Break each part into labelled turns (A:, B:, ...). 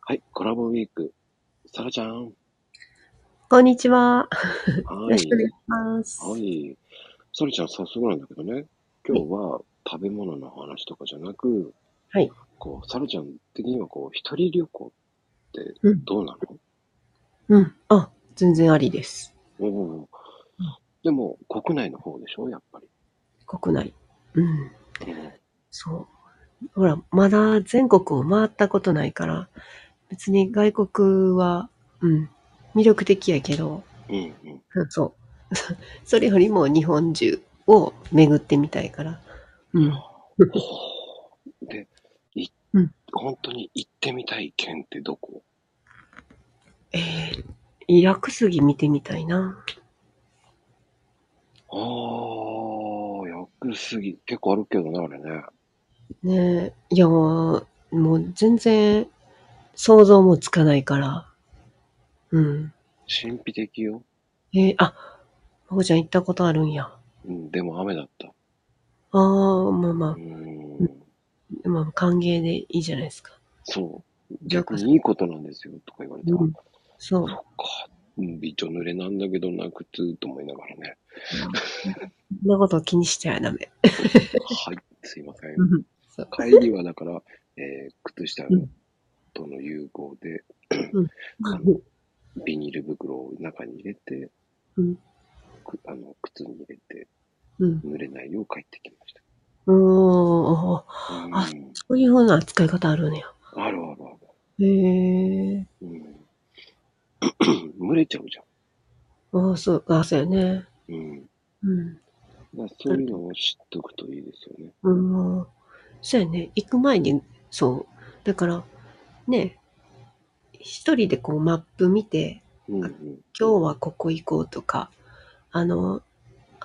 A: はい、コラボウィーク、さらちゃん。
B: こんにちは。よ
A: は
B: ろし
A: い
B: くお。願いします。
A: はい。さらちゃん、早速なんだけどね、今日は食べ物の話とかじゃなく、
B: はい。
A: こう、さらちゃん的にはこう、一人旅行って
B: うん
A: どうなの、
B: うん。あ、全然ありです。
A: おおでも、国内の方でしょやっぱり。
B: 国内。うん。
A: うん
B: そう。ほら、まだ全国を回ったことないから、別に外国は、うん、魅力的やけど、
A: うんうん。
B: うん、そう。 それよりも日本中を巡ってみたいから。うん。
A: で、い
B: うん
A: 本当に行ってみたい県ってどこ
B: えー、屋久杉見てみたいな。
A: ああ、よくすぎ。結構あるけどね、あれね。
B: ねえ。いや、もう全然想像もつかないから。うん。
A: 神秘的よ。
B: えー、あ、まこちゃん行ったことあるんや。
A: うん、でも雨だった。
B: ああ、まあま
A: うーん。
B: あ、まあ、歓迎でいいじゃないですか。
A: そう。逆にいいことなんですよ、とか言われて。
B: うんそう
A: そっ。か。うんびちょ濡れなんだけどな、靴と思いながら ね。
B: そんなこと気にしちゃダメ。
A: はい、すいません。
B: そう
A: 帰りはだから、えー靴下
B: うん
A: との融合で、
B: うん
A: ビニール袋を中に入れて、
B: うん
A: くあの靴に入れて、
B: うん。
A: 濡れないよう帰ってきまし
B: うーん。
A: た。うん、あ
B: あそういうふうな扱い方あるんや。
A: るあるあ
B: へえ。
A: る。うん、 蒸れちゃうじゃ
B: ああ、そう、あそうやね。
A: ん。うん、
B: うん。
A: だからそういうのを知っておくといいですよね。
B: うん。そうやね。行く前に、そう。だから、ね、一人でこうマップ見て、
A: うんうん、
B: 今日はここ行こうとか、あの、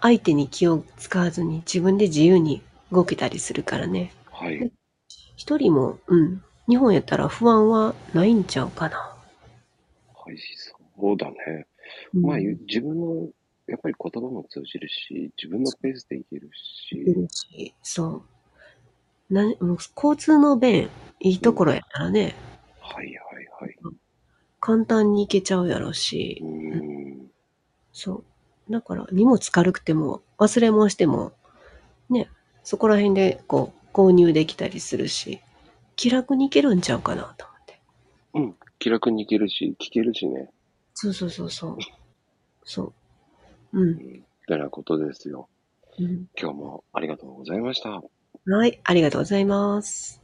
B: 相手に気を使わずに自分で自由に動けたりするからね。
A: はい。
B: 一人も、うん、日本やったら不安はないんちゃうかな。
A: はい、そうだね。
B: うん
A: まあ、ゆ自分の、やっぱり言葉も通じるし、自分のペースでいけるし、
B: いるしそう。な、もう交通の便、いいところやからね、
A: はいはいはい。
B: 簡単に行けちゃうやろうし
A: う、ん。
B: そう。だから、荷物軽くても、忘れ物しても、ね、そこら辺で、こう、購入できたりするし、気楽に行けるんちゃうかなと思って。
A: うん。気楽に行けるし、聞けるしね。
B: そうそうそうそう。そう。う。
A: うんん。てなことですよ。
B: うん
A: 今日もありがとうございました。
B: はい、ありがとうございます。